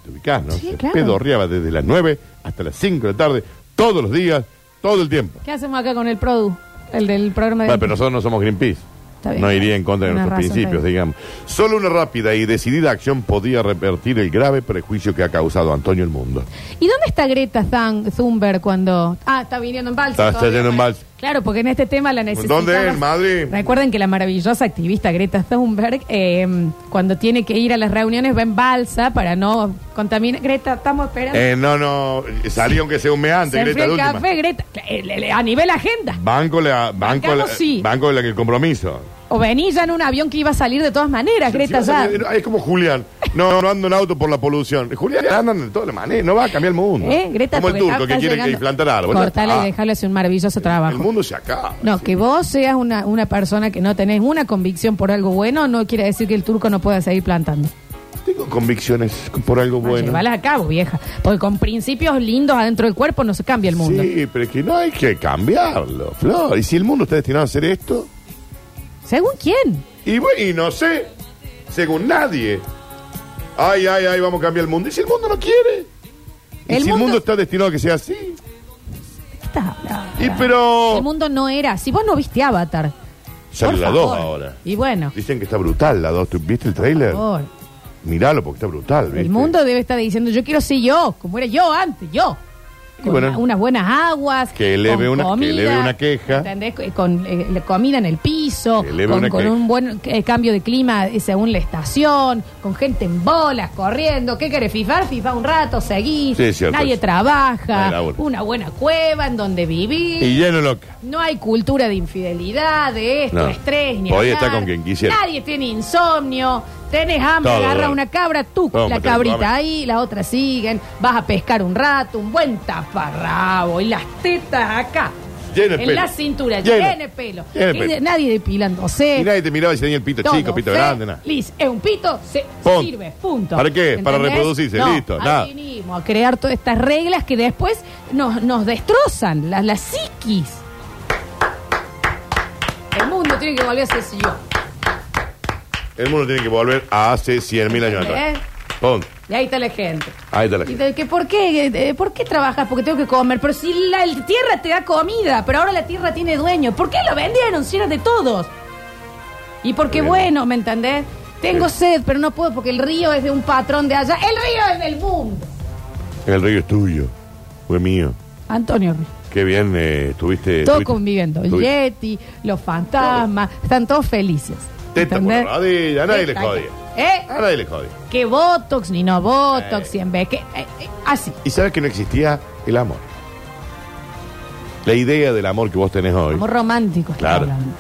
Speaker 2: Te ubicás, ¿no?
Speaker 1: Sí,
Speaker 2: Se
Speaker 1: claro.
Speaker 2: pedorreaba desde las 9 hasta las 5 de la tarde, todos los días, todo el tiempo.
Speaker 1: ¿Qué hacemos acá con el Produ? El del programa de.
Speaker 2: Bueno, pero nosotros no somos Greenpeace.
Speaker 1: Está bien.
Speaker 2: no iría en contra de
Speaker 1: Tenés
Speaker 2: nuestros
Speaker 1: razón,
Speaker 2: principios,
Speaker 1: Dani.
Speaker 2: digamos. Solo una rápida y decidida acción podía revertir el grave prejuicio que ha causado Antonio el mundo.
Speaker 1: ¿Y dónde está Greta Thun- Thunberg cuando.? Ah, está viniendo en balsa.
Speaker 2: Está- está
Speaker 1: todavía,
Speaker 2: yendo en
Speaker 1: bueno.
Speaker 2: balsa.
Speaker 1: Claro, porque en este tema la necesitamos.
Speaker 2: ¿Dónde? ¿En Madrid?
Speaker 1: Recuerden que la maravillosa activista Greta Thunberg, eh, cuando tiene que ir a las reuniones, va en balsa para no contaminar. Greta, estamos esperando.
Speaker 2: Eh, no, no, salió aunque sea humeante,
Speaker 1: Se enfría
Speaker 2: Greta de
Speaker 1: el
Speaker 2: última.
Speaker 1: café, Greta. Eh, le- le- A nivel agenda.
Speaker 2: Banco la, banco la,
Speaker 1: Bancamos, sí.
Speaker 2: banco la que el compromiso.
Speaker 1: O venía ya en un avión que iba a salir de todas maneras, Greta,
Speaker 2: Si vas a
Speaker 1: ya.
Speaker 2: salir- eh, es como Julián. No, no ando en auto por la polución. Julián anda de todas las maneras, no va a cambiar el mundo.
Speaker 1: ¿Eh? Greta
Speaker 2: como el
Speaker 1: porque
Speaker 2: turco
Speaker 1: está
Speaker 2: que quiere que
Speaker 1: llegando.
Speaker 2: plantar árboles.
Speaker 1: Cortale
Speaker 2: Ah,
Speaker 1: y dejarle hacer un maravilloso trabajo.
Speaker 2: El mundo se acaba.
Speaker 1: No, que vos seas una, una persona que no tenés una convicción por algo bueno, no quiere decir que el turco no pueda seguir plantando.
Speaker 2: Tengo convicciones por algo
Speaker 1: Bueno.
Speaker 2: bueno.
Speaker 1: a cabo, vieja. Porque con principios lindos adentro del cuerpo no se cambia el mundo.
Speaker 2: Sí, pero es que no hay que cambiarlo, Flor. Y si el mundo está destinado a hacer esto,
Speaker 1: ¿Según quién?
Speaker 2: y bueno, y no sé, según nadie. Ay, ay, ay, vamos a cambiar el mundo. ¿Y si el mundo no quiere? ¿Y
Speaker 1: El
Speaker 2: si el
Speaker 1: mundo-
Speaker 2: mundo está destinado a que sea así?
Speaker 1: ¿Qué estás hablando?
Speaker 2: Y pero-
Speaker 1: El mundo no era Si Vos no viste Avatar.
Speaker 2: Sale
Speaker 1: Por
Speaker 2: la
Speaker 1: favor.
Speaker 2: 2 ahora.
Speaker 1: Y bueno,
Speaker 2: Dicen que está brutal la 2. ¿Viste el
Speaker 1: por
Speaker 2: trailer?
Speaker 1: favor.
Speaker 2: Miralo porque está brutal. ¿viste?
Speaker 1: El mundo debe estar diciendo, yo quiero ser yo, como era yo antes, yo.
Speaker 2: Y
Speaker 1: Con
Speaker 2: bueno.
Speaker 1: una- unas buenas aguas.
Speaker 2: Que eleve
Speaker 1: con
Speaker 2: una- que
Speaker 1: comida,
Speaker 2: eleve una queja.
Speaker 1: ¿entendés? Eh, Con eh, la comida en el piso,
Speaker 2: Que eleve
Speaker 1: con,
Speaker 2: una
Speaker 1: con
Speaker 2: queja.
Speaker 1: un buen eh, cambio de clima eh, según la estación, con gente en bolas, corriendo. ¿Qué querés fifar? Fifa un rato, seguís.
Speaker 2: Sí, es cierto
Speaker 1: Nadie
Speaker 2: eso.
Speaker 1: trabaja.
Speaker 2: Nadie labura.
Speaker 1: una buena cueva en donde vivir.
Speaker 2: Y lleno loca.
Speaker 1: No hay cultura de infidelidad, de esto,
Speaker 2: No.
Speaker 1: estrés, ni
Speaker 2: Podía
Speaker 1: hablar.
Speaker 2: estar con quien quisiera.
Speaker 1: Nadie tiene insomnio, tenés hambre,
Speaker 2: Todo,
Speaker 1: agarra
Speaker 2: bueno.
Speaker 1: una cabra, tú,
Speaker 2: Vamos,
Speaker 1: la
Speaker 2: tenés hambre.
Speaker 1: cabrita ahí, la otra siguen, vas a pescar un rato, un buen taparrabo, y las tetas acá.
Speaker 2: Lleno de
Speaker 1: en
Speaker 2: pelo.
Speaker 1: la cintura,
Speaker 2: Lleno.
Speaker 1: llena de pelo.
Speaker 2: Lleno de
Speaker 1: Y de-
Speaker 2: pelo.
Speaker 1: Nadie depilándose.
Speaker 2: Y nadie te miraba y se tenía el pito
Speaker 1: todo
Speaker 2: Este chico, pito
Speaker 1: fe-
Speaker 2: grande, nada.
Speaker 1: Liz, es un pito, se
Speaker 2: Punto.
Speaker 1: sirve, punto.
Speaker 2: ¿Para qué? Para reproducirse,
Speaker 1: No,
Speaker 2: listo,
Speaker 1: ahí
Speaker 2: nada.
Speaker 1: vinimos a crear todas estas reglas que después nos, nos destrozan, las, las psiquis. El mundo tiene que volver a ser yo.
Speaker 2: El mundo tiene que volver a hace 100.000 años atrás.
Speaker 1: ¿Eh?
Speaker 2: Punto.
Speaker 1: Y ahí está la gente.
Speaker 2: Ahí está la
Speaker 1: Y
Speaker 2: gente.
Speaker 1: de que, ¿Por qué? Eh, ¿Por qué trabajas? Porque tengo que comer. Pero si la el tierra te da comida, pero ahora la tierra tiene dueño. ¿Por qué lo vendieron si era de todos? Y porque,
Speaker 2: Bien.
Speaker 1: bueno, ¿me entendés? Tengo sed, pero no puedo porque el río es de un patrón de allá. El río es del mundo.
Speaker 2: El río es tuyo. Fue mío.
Speaker 1: Antonio Río.
Speaker 2: Qué bien eh, estuviste.
Speaker 1: Todo
Speaker 2: estuviste-
Speaker 1: conviviendo. El
Speaker 2: estuviste-
Speaker 1: Yeti, los fantasmas, están todos felices.
Speaker 2: Teta por la
Speaker 1: ¿entendés?
Speaker 2: rodilla, a nadie le
Speaker 1: Teta,
Speaker 2: jodía.
Speaker 1: ¿Eh?
Speaker 2: A nadie le jodía.
Speaker 1: Que Botox, ni no Botox,
Speaker 2: Eh.
Speaker 1: si en vez que... eh, eh, así.
Speaker 2: Y sabes que no existía el amor. La idea del amor que vos tenés hoy.
Speaker 1: Como románticos.
Speaker 2: Claro.
Speaker 1: estamos hablando.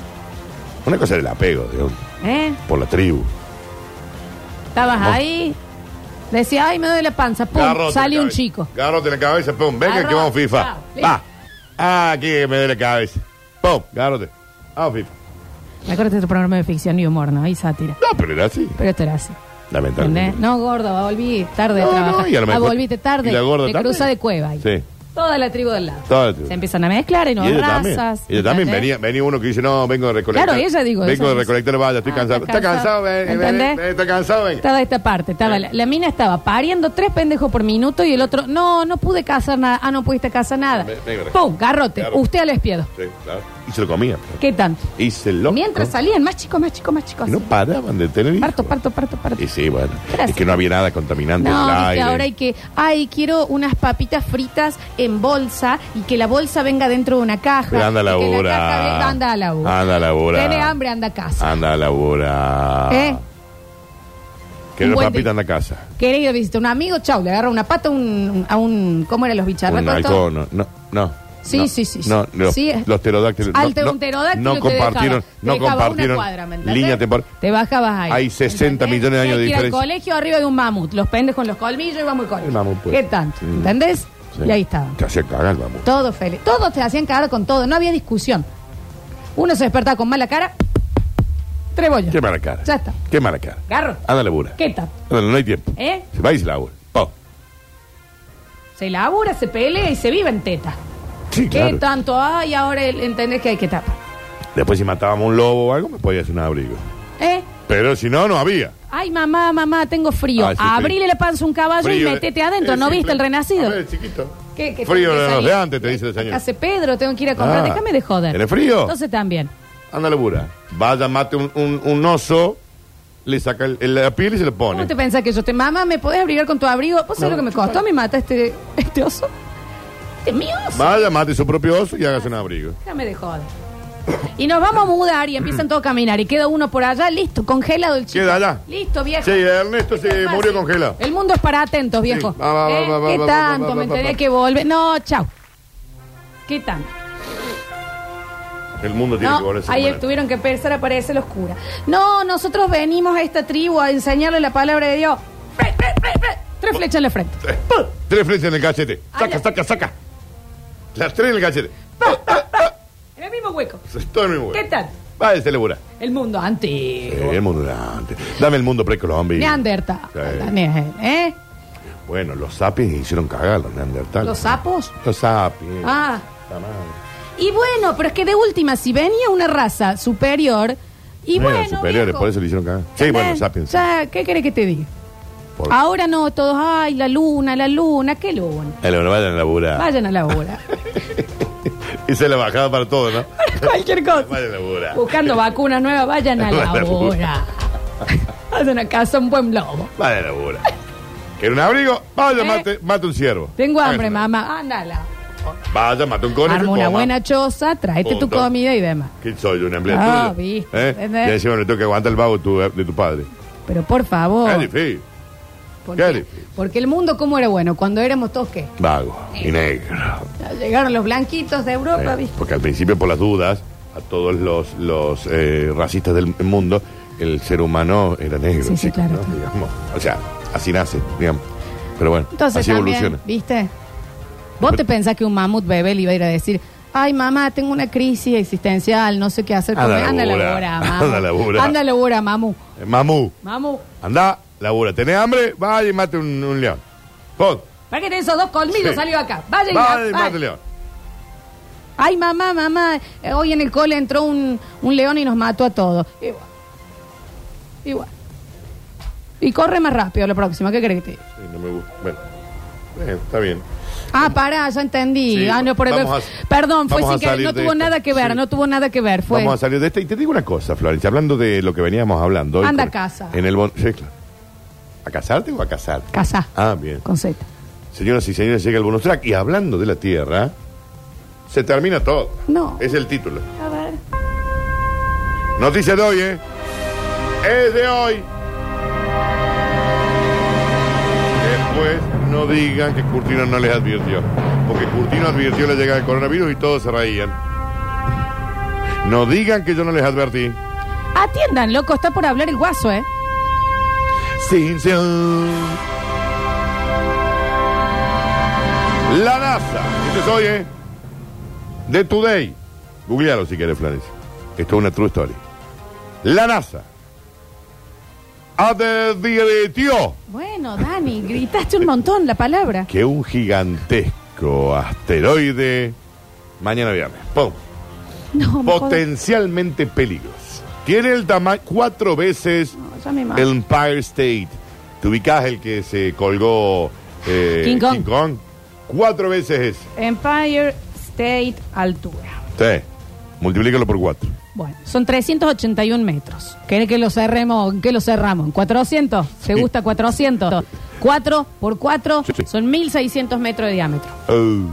Speaker 2: Una cosa es el apego, digamos,
Speaker 1: ¿Eh?
Speaker 2: por la tribu.
Speaker 1: Estabas ahí, decía, ay, me duele la panza, pum,
Speaker 2: Garrote
Speaker 1: sale
Speaker 2: en la
Speaker 1: un
Speaker 2: cabeza.
Speaker 1: chico.
Speaker 2: Garrote en la cabeza, pum. Venga,
Speaker 1: Garrote,
Speaker 2: que vamos FIFA.
Speaker 1: chao, listo.
Speaker 2: Va. Ah, aquí que me duele la cabeza. Pum, garrote. Vamos FIFA.
Speaker 1: Me acuerdo de este programa de ficción y humor, ¿no? Y sátira.
Speaker 2: No, pero era así.
Speaker 1: Pero esto era así. ¿Entendés?
Speaker 2: Lamentablemente.
Speaker 1: No, gordo, volví tarde
Speaker 2: No,
Speaker 1: a trabajar.
Speaker 2: no, y a lo
Speaker 1: ah,
Speaker 2: mejor-
Speaker 1: volviste tarde.
Speaker 2: y la gorda
Speaker 1: te
Speaker 2: también.
Speaker 1: cruza de cueva ahí.
Speaker 2: Sí.
Speaker 1: Toda la tribu del lado.
Speaker 2: Toda la tribu.
Speaker 1: Se empiezan a mezclar y no
Speaker 2: Y ella
Speaker 1: razas.
Speaker 2: también. Ella también
Speaker 1: ¿entendés?
Speaker 2: venía, venía uno que dice, no, vengo de recolectar.
Speaker 1: Claro, ella digo.
Speaker 2: Vengo
Speaker 1: eso
Speaker 2: de
Speaker 1: es-
Speaker 2: recolectar vaya, estoy
Speaker 1: Ah,
Speaker 2: cansado. Está cansado, ven, ven,
Speaker 1: ¿Entendés?
Speaker 2: ven, está cansado, ven.
Speaker 1: Estaba esta parte, estaba
Speaker 2: Sí.
Speaker 1: la, la mina estaba pariendo tres pendejos por minuto y el otro, no, no pude cazar nada, ah, no pudiste cazar nada.
Speaker 2: Ve- venga.
Speaker 1: Pum, garrote,
Speaker 2: Garrote.
Speaker 1: usted al espiedo.
Speaker 2: Sí, claro. Y se lo comía.
Speaker 1: ¿Qué tanto?
Speaker 2: Y se lo.
Speaker 1: Mientras salían más chicos, más chicos, más chicos.
Speaker 2: Y no
Speaker 1: así.
Speaker 2: paraban de tener hijos.
Speaker 1: parto, parto, parto, parto.
Speaker 2: Y sí, bueno.
Speaker 1: Gracias.
Speaker 2: Es que no había nada contaminante
Speaker 1: No,
Speaker 2: en el
Speaker 1: viste,
Speaker 2: aire.
Speaker 1: ahora hay que, ay, quiero unas papitas fritas en bolsa y que la bolsa venga dentro de una caja.
Speaker 2: Pero anda a
Speaker 1: Y que
Speaker 2: laburar.
Speaker 1: caja venga- anda a laburar.
Speaker 2: Anda a laburar.
Speaker 1: Tiene hambre, anda a casa.
Speaker 2: Anda a laburar.
Speaker 1: ¿Eh?
Speaker 2: Que
Speaker 1: Un
Speaker 2: los
Speaker 1: buen
Speaker 2: papitas
Speaker 1: día.
Speaker 2: en la casa.
Speaker 1: Querés ir a visitar a un amigo, chau, le agarra una pata a un, a un- ¿Cómo eran los bicharracos?
Speaker 2: Un
Speaker 1: estos?
Speaker 2: halcón, no, no, no.
Speaker 1: Sí,
Speaker 2: no,
Speaker 1: sí, sí, sí.
Speaker 2: No, los,
Speaker 1: Sí.
Speaker 2: los pterodáctilos.
Speaker 1: Al
Speaker 2: no,
Speaker 1: te-
Speaker 2: no,
Speaker 1: un pterodáctilo
Speaker 2: no
Speaker 1: te dejaba-
Speaker 2: compartieron,
Speaker 1: te
Speaker 2: no
Speaker 1: dejaba una
Speaker 2: compartieron
Speaker 1: cuadra, ¿me entendés?
Speaker 2: línea temporal.
Speaker 1: Te bajabas ahí.
Speaker 2: Hay 60 millones de
Speaker 1: Hay
Speaker 2: años
Speaker 1: que
Speaker 2: de
Speaker 1: ir
Speaker 2: diferencia.
Speaker 1: al colegio arriba de un mamut. Los pendejos con los colmillos y vamos al colegio.
Speaker 2: El mamut, pues.
Speaker 1: ¿Qué tanto?
Speaker 2: Mm.
Speaker 1: ¿Entendés?
Speaker 2: Sí.
Speaker 1: Y ahí estaba.
Speaker 2: Te hacía cagar, vamos.
Speaker 1: Todos felices. Todos te hacían cagar con todo. No había discusión. Uno se despertaba con mala cara. Trebolla.
Speaker 2: Qué Ah. mala cara.
Speaker 1: Ya está.
Speaker 2: Qué mala cara.
Speaker 1: Garro.
Speaker 2: Anda a laburar.
Speaker 1: ¿Qué tal?
Speaker 2: Ándale, no hay tiempo.
Speaker 1: ¿Eh?
Speaker 2: Se va y se labura. Oh. Po.
Speaker 1: Se labura, se pelea y se vive en teta.
Speaker 2: Sí,
Speaker 1: ¿Qué
Speaker 2: claro.
Speaker 1: tanto hay? Ahora el- entendés que hay que tapar.
Speaker 2: Después si matábamos un lobo o algo, me podía hacer un abrigo.
Speaker 1: ¿Eh?
Speaker 2: Pero si no, no había.
Speaker 1: Ay, mamá, mamá, tengo frío.
Speaker 2: Ah, sí,
Speaker 1: Abrile
Speaker 2: frío.
Speaker 1: la panza a un caballo
Speaker 2: Frío
Speaker 1: y
Speaker 2: de- eh,
Speaker 1: metete adentro.
Speaker 2: es
Speaker 1: ¿No viste
Speaker 2: simple.
Speaker 1: el renacido?
Speaker 2: A ver, chiquito.
Speaker 1: ¿Qué- qué tengo
Speaker 2: frío
Speaker 1: que
Speaker 2: de los
Speaker 1: salir?
Speaker 2: de antes, te dice la señora.
Speaker 1: Hace Pedro, tengo que ir a comprar.
Speaker 2: Ah.
Speaker 1: Déjame de joder.
Speaker 2: ¿Tenés frío?
Speaker 1: Entonces también.
Speaker 2: Anda a laburar. Vaya, mate un, un- un oso, le saca el- el- la piel y se le pone.
Speaker 1: ¿Cómo te pensás que yo te mamá? ¿Me podés abrigar con tu abrigo? ¿Vos sabés
Speaker 2: No,
Speaker 1: lo que me costó? Me mata este, este oso. Este es mi oso.
Speaker 2: Vaya, mate su propio oso y hágase un abrigo.
Speaker 1: Déjame de joder. Y nos vamos a mudar y empiezan todos a caminar. Y queda uno por allá, listo, congelado el chico.
Speaker 2: Queda allá.
Speaker 1: Listo, viejo.
Speaker 2: Sí, Ernesto se
Speaker 1: Fácil.
Speaker 2: murió congelado.
Speaker 1: El mundo es para atentos, viejo.
Speaker 2: va, va,
Speaker 1: ¿Eh?
Speaker 2: va, va,
Speaker 1: ¿Qué
Speaker 2: va, va,
Speaker 1: tanto?
Speaker 2: va, va,
Speaker 1: Me
Speaker 2: va,
Speaker 1: enteré
Speaker 2: va.
Speaker 1: que volver. No, chao. ¿Qué tanto?
Speaker 2: El mundo tiene que
Speaker 1: No,
Speaker 2: volverse
Speaker 1: ahí
Speaker 2: humano.
Speaker 1: tuvieron que pensar aparece los curas. No, nosotros venimos a esta tribu a enseñarle la palabra de Dios. Fre- fre- fre- fre- Tres flechas en la frente.
Speaker 2: Tres. ¡Pum! Tres flechas en el cachete. Saca,
Speaker 1: Ala.
Speaker 2: saca, saca. Las tres en el cachete.
Speaker 1: En el mismo hueco.
Speaker 2: Todo en mi huevo.
Speaker 1: ¿Qué tal?
Speaker 2: Vaya, se le burá.
Speaker 1: El mundo antiguo.
Speaker 2: Eh, el mundo de antes. Dame el mundo precolombino.
Speaker 1: Neandertal.
Speaker 2: Sí.
Speaker 1: Daniel, ¿eh?
Speaker 2: Bueno, los sapiens hicieron cagar los neandertales.
Speaker 1: ¿Los sapos?
Speaker 2: Los sapiens.
Speaker 1: Ah.
Speaker 2: La madre.
Speaker 1: Y bueno, pero es que de última, si venía una raza superior, y
Speaker 2: No
Speaker 1: bueno.
Speaker 2: eran superiores,
Speaker 1: viejo,
Speaker 2: por eso le hicieron cagar. Sí,
Speaker 1: ¿entendés?
Speaker 2: bueno, sapiens. sí.
Speaker 1: Ya, Ah. ¿Qué querés que te diga?
Speaker 2: Por-
Speaker 1: Ahora no, todos, ay, la luna, la luna, qué luna.
Speaker 2: Eh, bueno, vayan a laburar.
Speaker 1: Vayan a la hora.
Speaker 2: Esa es la bajada para todo, ¿no?
Speaker 1: Cualquier cosa.
Speaker 2: Vayan a laburar.
Speaker 1: Buscando vacunas nuevas, vayan a la
Speaker 2: Vayan a
Speaker 1: hora. Vayan a casa un buen lobo.
Speaker 2: Vayan a laburar. ¿Quiere un abrigo? Vaya,
Speaker 1: Eh.
Speaker 2: mate, mate un ciervo.
Speaker 1: Tengo
Speaker 2: Hágase
Speaker 1: hambre,
Speaker 2: un-
Speaker 1: mamá. Ándala.
Speaker 2: Vaya, mate un conejo.
Speaker 1: Arma
Speaker 2: y
Speaker 1: una
Speaker 2: coma.
Speaker 1: buena choza, tráete tu
Speaker 2: Punto.
Speaker 1: comida y demás.
Speaker 2: ¿Qué soy? ¿Un empleado
Speaker 1: Ah,
Speaker 2: tuyo?
Speaker 1: viste,
Speaker 2: ¿Eh?
Speaker 1: ¿entendés?
Speaker 2: Y encima le tengo que aguantar el vago tu- de tu padre.
Speaker 1: Pero por favor.
Speaker 2: Es difícil.
Speaker 1: porque,
Speaker 2: qué difícil.
Speaker 1: porque el mundo, ¿cómo era bueno? Cuando éramos todos, ¿qué?
Speaker 2: Vago y negro.
Speaker 1: Ya Llegaron los blanquitos de Europa,
Speaker 2: Eh,
Speaker 1: ¿viste?
Speaker 2: Porque al principio, por las dudas, a todos los, los eh, racistas del mundo, el ser humano era negro.
Speaker 1: Sí, sí,
Speaker 2: chico,
Speaker 1: claro,
Speaker 2: ¿no?
Speaker 1: claro.
Speaker 2: Digamos. O sea, así nace, digamos. Pero bueno,
Speaker 1: Entonces
Speaker 2: así
Speaker 1: también,
Speaker 2: evoluciona.
Speaker 1: ¿viste? ¿Vos te pensás que un mamut bebé le iba a ir a decir, ay mamá, tengo una crisis existencial, no sé qué hacer con
Speaker 2: Anda a
Speaker 1: Anda a
Speaker 2: laburar.
Speaker 1: laburar, mamu.
Speaker 2: Anda a laburar.
Speaker 1: Anda a laburar, mamu.
Speaker 2: Eh, Mamú,
Speaker 1: Mamu,
Speaker 2: andá, labura. ¿Tenés hambre? Vaya y mate un, un león. Vos,
Speaker 1: ¿para qué tenés esos dos colmillos
Speaker 2: Sí.
Speaker 1: salió acá? Vaya, y
Speaker 2: vaya y
Speaker 1: vaya.
Speaker 2: mate un león.
Speaker 1: Ay mamá, mamá, eh, hoy en el cole entró un, un león y nos mató a todos. Igual. Igual. Y corre más rápido la próxima, ¿qué crees que te diga?
Speaker 2: Sí, no me gusta. Bueno, Eh, está bien.
Speaker 1: Ah, pará, ya entendí.
Speaker 2: Sí,
Speaker 1: Ah, no, por-
Speaker 2: vamos a-
Speaker 1: perdón, fue
Speaker 2: vamos
Speaker 1: sin que
Speaker 2: a salir
Speaker 1: no
Speaker 2: de
Speaker 1: tuvo
Speaker 2: esta.
Speaker 1: nada que ver,
Speaker 2: Sí.
Speaker 1: no tuvo nada que ver. Fue.
Speaker 2: Vamos a salir de esta. Y te digo una cosa, Florencia, hablando de lo que veníamos hablando. hoy
Speaker 1: Anda
Speaker 2: con-
Speaker 1: a casa.
Speaker 2: En el bon- sí, claro. ¿A casarte o a casar?
Speaker 1: Casá.
Speaker 2: Ah, bien.
Speaker 1: Con Z.
Speaker 2: Señoras y señores, llega el bonus track. Y hablando de la tierra, se termina todo.
Speaker 1: No.
Speaker 2: Es el título.
Speaker 1: A ver.
Speaker 2: Noticia de hoy, ¿eh? Es de hoy. Después no digan que Curtino no les advirtió. Porque Curtino advirtió la llegada del coronavirus y todos se reían. No digan que yo no les advertí.
Speaker 1: Atiendan, loco, está por hablar el guaso, ¿eh?
Speaker 2: Sin ser- La NASA. Este es hoy, ¿eh? De Today. Googlealo si quieres, Florencia. Esto es una true story. La NASA advirtió
Speaker 1: Bueno, Dani, gritaste un montón la palabra.
Speaker 2: que un gigantesco asteroide mañana viernes. ¡Pum!
Speaker 1: No, me jodas.
Speaker 2: Potencialmente peligroso. Tiene el tamaño cuatro veces
Speaker 1: No, ya me mato.
Speaker 2: El Empire State. ¿Te ubicás el que se colgó eh,
Speaker 1: King Kong.
Speaker 2: Cuatro veces eso.
Speaker 1: Empire State Altura.
Speaker 2: Sí. Multiplícalo por cuatro.
Speaker 1: Bueno, son 381 metros. ¿Querés que lo cerremos? ¿En qué lo cerramos? ¿En 400? ¿Te
Speaker 2: Sí.
Speaker 1: gusta 400? 4 por 4
Speaker 2: Sí, sí.
Speaker 1: son 1600 metros de diámetro.
Speaker 2: Oh,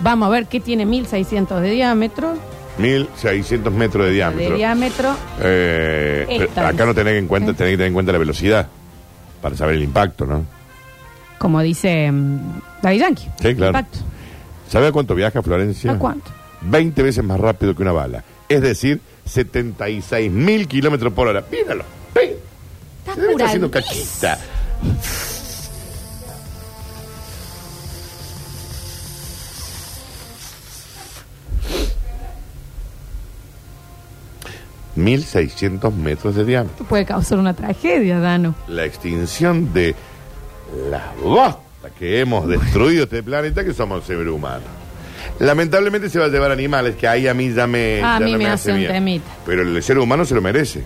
Speaker 1: Vamos a ver qué tiene 1600 de diámetro.
Speaker 2: 1600 metros de
Speaker 1: De
Speaker 2: diámetro.
Speaker 1: diámetro.
Speaker 2: Eh, pero
Speaker 1: Esta.
Speaker 2: acá no tenés en cuenta, tenés que tener en cuenta la velocidad. Para saber el impacto, ¿no?
Speaker 1: Como dice mm, Daddy Yankee.
Speaker 2: Sí, claro.
Speaker 1: Impacto.
Speaker 2: ¿Sabe a cuánto viaja Florencia?
Speaker 1: ¿A cuánto?
Speaker 2: 20 veces más rápido que una bala. Es decir, 76 mil kilómetros por hora. Míralo. ¡Pi!
Speaker 1: Está
Speaker 2: Se debe estar haciendo
Speaker 1: curadísimo.
Speaker 2: caquita. Mil seiscientos metros de diámetro.
Speaker 1: Puede causar una tragedia, Dano.
Speaker 2: La extinción de las bostas que hemos destruido este planeta, que somos seres humanos. Lamentablemente se va a llevar animales, que ahí a mí ya me.
Speaker 1: A
Speaker 2: ya
Speaker 1: mí
Speaker 2: no
Speaker 1: me hace un
Speaker 2: bien.
Speaker 1: temita.
Speaker 2: Pero el ser humano se lo merece.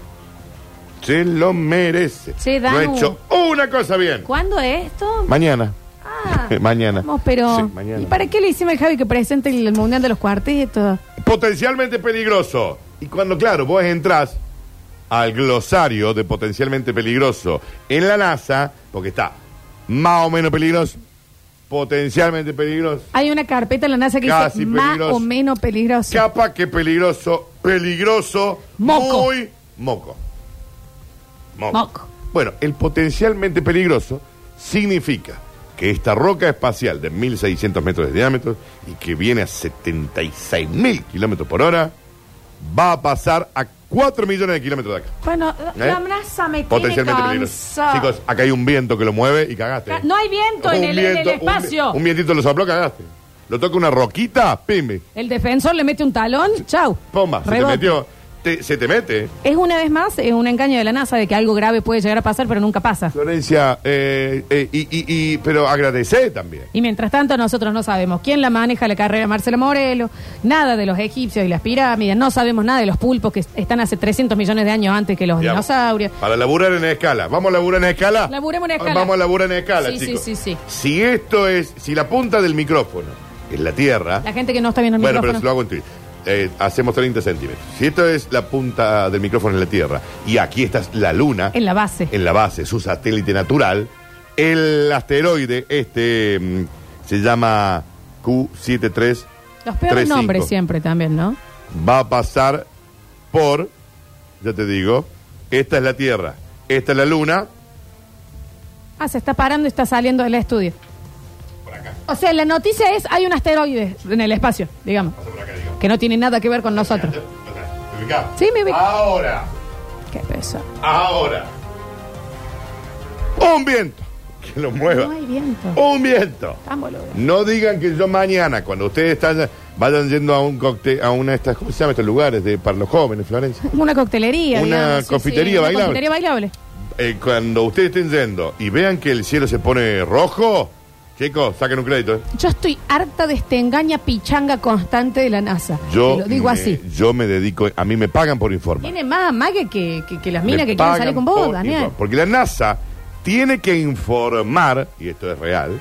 Speaker 2: Se lo merece.
Speaker 1: Che,
Speaker 2: no he
Speaker 1: Danu.
Speaker 2: hecho una cosa bien.
Speaker 1: ¿Cuándo es esto?
Speaker 2: Mañana.
Speaker 1: Ah,
Speaker 2: mañana.
Speaker 1: vamos, pero.
Speaker 2: Sí, mañana.
Speaker 1: ¿Y para qué le hicimos al Javi que presente el Mundial de los Cuartetos?
Speaker 2: Potencialmente peligroso. Y cuando, claro, vos entrás al glosario de potencialmente peligroso en la NASA, porque está más o menos peligroso, potencialmente peligroso,
Speaker 1: Hay una carpeta en la NASA que
Speaker 2: Casi
Speaker 1: dice más
Speaker 2: peligroso.
Speaker 1: o menos peligroso.
Speaker 2: capa que peligroso, peligroso,
Speaker 1: Moco.
Speaker 2: muy moco. moco.
Speaker 1: Moco.
Speaker 2: Bueno, el potencialmente peligroso significa que esta roca espacial de 1600 metros de diámetro y que viene a 76.000 kilómetros por hora va a pasar a 4 millones de kilómetros de acá.
Speaker 1: bueno,
Speaker 2: ¿eh?
Speaker 1: la NASA me tiene
Speaker 2: Potencialmente peligroso.
Speaker 1: cansada.
Speaker 2: Chicos, acá hay un viento que lo mueve y cagaste.
Speaker 1: Ca- no hay viento en
Speaker 2: Un
Speaker 1: el- en el
Speaker 2: un vi-
Speaker 1: espacio.
Speaker 2: Un, vientito lo sopló, cagaste. Lo toca una roquita, pime.
Speaker 1: El defensor le mete un talón, chau.
Speaker 2: Pomba, se te
Speaker 1: Rebote.
Speaker 2: metió. Te- se te mete.
Speaker 1: Es una vez más eh, un engaño de la NASA de que algo grave puede llegar a pasar, pero nunca pasa.
Speaker 2: Florencia, eh, eh, y, y- y- pero agradecé también.
Speaker 1: Y mientras tanto nosotros no sabemos quién la maneja la carrera de Marcelo Morelo, nada de los egipcios y las pirámides, no sabemos nada de los pulpos que están hace 300 millones de años antes que los
Speaker 2: Digamos,
Speaker 1: dinosaurios.
Speaker 2: Para laburar en escala. ¿Vamos a laburar en escala?
Speaker 1: Laburemos en escala.
Speaker 2: Vamos a laburar en escala,
Speaker 1: Sí, sí,
Speaker 2: chicos.
Speaker 1: sí, sí.
Speaker 2: Si esto es, si la punta del micrófono es la Tierra,
Speaker 1: La gente que no está viendo el
Speaker 2: bueno, pero
Speaker 1: micrófono.
Speaker 2: se lo hago en Twitter. Eh, hacemos 30 centímetros. Si esto es la punta del micrófono en la Tierra y aquí está la Luna,
Speaker 1: En la base.
Speaker 2: en la base, su satélite natural, el asteroide, este mm, se llama Q7335.
Speaker 1: Los peores nombres siempre también, ¿no?
Speaker 2: va a pasar por, ya te digo, esta es la Tierra, esta es la Luna.
Speaker 1: Ah, se está parando y está saliendo del estudio. O sea, la noticia es, hay un asteroide en el espacio, digamos, que no tiene nada que ver con nosotros.
Speaker 2: ¿Te ubicás?
Speaker 1: Sí, me ubico.
Speaker 2: Ahora,
Speaker 1: Qué peso.
Speaker 2: ahora. Un viento que lo mueva.
Speaker 1: No hay viento.
Speaker 2: Un viento.
Speaker 1: Tan boludo.
Speaker 2: No digan que yo mañana, cuando ustedes están, vayan yendo a un cóctel, a una de estas, ¿cómo se llama estos lugares de, para los jóvenes, Florencia?
Speaker 1: Una coctelería.
Speaker 2: Una
Speaker 1: digamos, sí,
Speaker 2: confitería
Speaker 1: sí,
Speaker 2: bailable.
Speaker 1: Una confitería bailable.
Speaker 2: Eh, cuando ustedes estén yendo y vean que el cielo se pone rojo, chicos, saquen un crédito. eh.
Speaker 1: Yo estoy harta de este engaña pichanga constante de la NASA.
Speaker 2: Yo eh,
Speaker 1: Te lo digo
Speaker 2: me,
Speaker 1: así.
Speaker 2: Yo me dedico, a mí me pagan por informar.
Speaker 1: Tiene más amague que, que, que las minas
Speaker 2: Me
Speaker 1: que quieren
Speaker 2: pagan
Speaker 1: salir con
Speaker 2: por
Speaker 1: vos, Daniel.
Speaker 2: informar. Porque la NASA tiene que informar, y esto es real,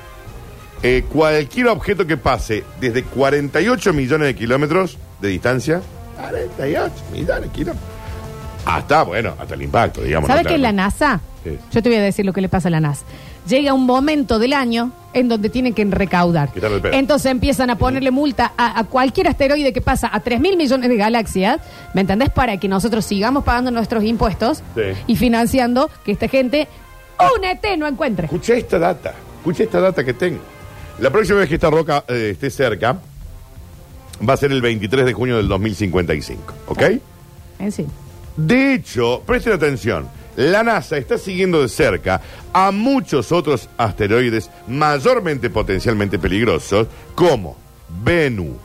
Speaker 2: eh, cualquier objeto que pase desde 48 millones de kilómetros de distancia, 48 millones de kilómetros, hasta, bueno, hasta el impacto, digamos.
Speaker 1: ¿Sabe
Speaker 2: ¿no?
Speaker 1: que la
Speaker 2: Claro.
Speaker 1: NASA?
Speaker 2: Sí.
Speaker 1: Yo te voy a decir lo que le pasa a la NASA. Llega un momento del año en donde tienen que recaudar.
Speaker 2: Quitarle el pedo.
Speaker 1: Entonces empiezan a ponerle multa a, a cualquier asteroide que pasa a 3 mil millones de galaxias, ¿me entendés? Para que nosotros sigamos pagando nuestros impuestos
Speaker 2: Sí.
Speaker 1: y financiando que esta gente un ET no encuentre.
Speaker 2: Escucha esta data, escucha esta data que tengo. La próxima vez que esta roca eh, esté cerca va a ser el 23 de junio del 2055, ¿ok?
Speaker 1: Ah. En sí.
Speaker 2: De hecho, presten atención, la NASA está siguiendo de cerca a muchos otros asteroides mayormente potencialmente peligrosos, como Bennu,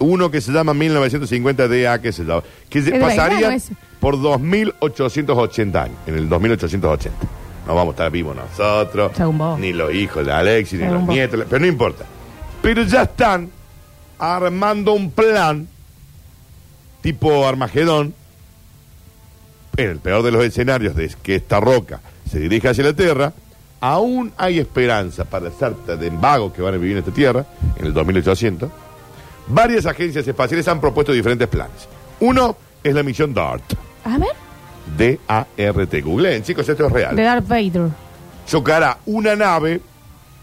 Speaker 2: uno que se llama 1950 DA, que se llama, que se
Speaker 1: de Belgrano
Speaker 2: pasaría
Speaker 1: ese.
Speaker 2: por 2880 años, en el 2880. No vamos a estar vivos nosotros,
Speaker 1: Según vos.
Speaker 2: ni los hijos de Alexis, ni
Speaker 1: Según
Speaker 2: los
Speaker 1: vos.
Speaker 2: nietos, pero no importa. Pero ya están armando un plan tipo Armagedón, en el peor de los escenarios de que esta roca se dirija hacia la Tierra, aún hay esperanza para sarta de vagos que van a vivir en esta Tierra, en el 2800. Varias agencias espaciales han propuesto diferentes planes. Uno es la misión DART.
Speaker 1: A ver,
Speaker 2: D-A-R-T. Googleen, chicos, esto es real
Speaker 1: de Darth Vader.
Speaker 2: chocará una nave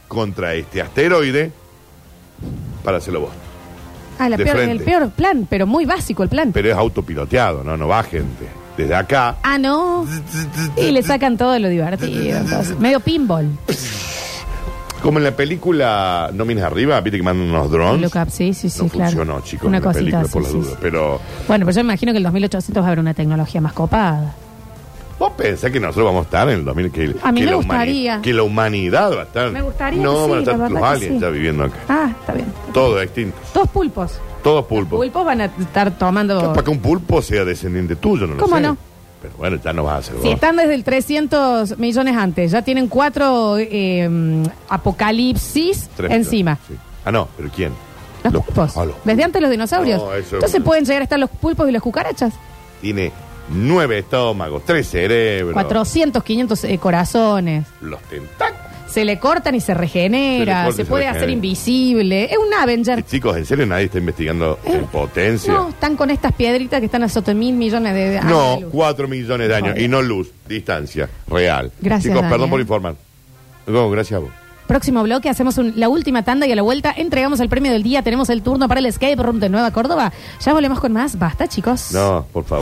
Speaker 2: contra este asteroide para hacerlo vos.
Speaker 1: Ah, la
Speaker 2: De
Speaker 1: peor- el
Speaker 2: frente.
Speaker 1: peor plan, pero muy básico el plan.
Speaker 2: Pero es autopiloteado, ¿no? No va gente. desde acá.
Speaker 1: Ah, no. Y le sacan todo lo divertido. entonces. Medio pinball.
Speaker 2: Como en la película No Mires Arriba, viste que mandan unos drones.
Speaker 1: Look up, sí, sí, sí,
Speaker 2: no
Speaker 1: claro.
Speaker 2: funcionó, chicos,
Speaker 1: Una
Speaker 2: en la
Speaker 1: cosita
Speaker 2: película,
Speaker 1: así,
Speaker 2: por las
Speaker 1: sí,
Speaker 2: dudas.
Speaker 1: sí.
Speaker 2: Pero
Speaker 1: Bueno, pero yo me imagino que el 2800 va a haber una tecnología más copada.
Speaker 2: vos pensás que nosotros vamos a estar en el 2000. Que,
Speaker 1: A mí
Speaker 2: que
Speaker 1: me
Speaker 2: la humani-
Speaker 1: gustaría.
Speaker 2: que la humanidad va a estar.
Speaker 1: Me gustaría
Speaker 2: No,
Speaker 1: que sí,
Speaker 2: van a estar
Speaker 1: la
Speaker 2: los
Speaker 1: verdad que
Speaker 2: aliens
Speaker 1: sí.
Speaker 2: ya viviendo acá.
Speaker 1: Ah, está bien.
Speaker 2: Todos extintos,
Speaker 1: Todos pulpos.
Speaker 2: todos pulpos.
Speaker 1: Pulpos van a estar tomando.
Speaker 2: Para que un pulpo sea descendiente tuyo, no lo
Speaker 1: ¿Cómo
Speaker 2: sé.
Speaker 1: no?
Speaker 2: Pero bueno, ya no vas a hacer
Speaker 1: Si
Speaker 2: vos.
Speaker 1: están desde el 300 millones antes, ya tienen cuatro eh, apocalipsis
Speaker 2: Tres millones,
Speaker 1: encima.
Speaker 2: sí. Ah, no, pero ¿quién?
Speaker 1: Los, pulpos.
Speaker 2: ah, los
Speaker 1: Desde antes los dinosaurios.
Speaker 2: No, eso es
Speaker 1: Entonces
Speaker 2: una-
Speaker 1: pueden llegar a estar los pulpos y las cucarachas.
Speaker 2: Tiene nueve estómagos, tres cerebros.
Speaker 1: 400, 500 eh, corazones.
Speaker 2: Los tentáculos.
Speaker 1: Se le cortan y se regenera.
Speaker 2: Se le corta y
Speaker 1: Se,
Speaker 2: se
Speaker 1: puede
Speaker 2: regenera.
Speaker 1: hacer invisible. Es un Avenger.
Speaker 2: Eh, Chicos, ¿en serio nadie está investigando en potencia?
Speaker 1: Eh, No, están con estas piedritas que están a soto mil millones de años. de
Speaker 2: No,
Speaker 1: Ah, luz.
Speaker 2: 4 millones de años.
Speaker 1: Joder.
Speaker 2: Y no luz, distancia, real.
Speaker 1: Gracias,
Speaker 2: Chicos,
Speaker 1: Daniel.
Speaker 2: perdón por informar. No, gracias a vos.
Speaker 1: Próximo bloque, hacemos un- la última tanda y a la vuelta entregamos el premio del día. Tenemos el turno para el escape room de Nueva Córdoba. Ya volvemos con más. Basta, chicos.
Speaker 2: No, por favor.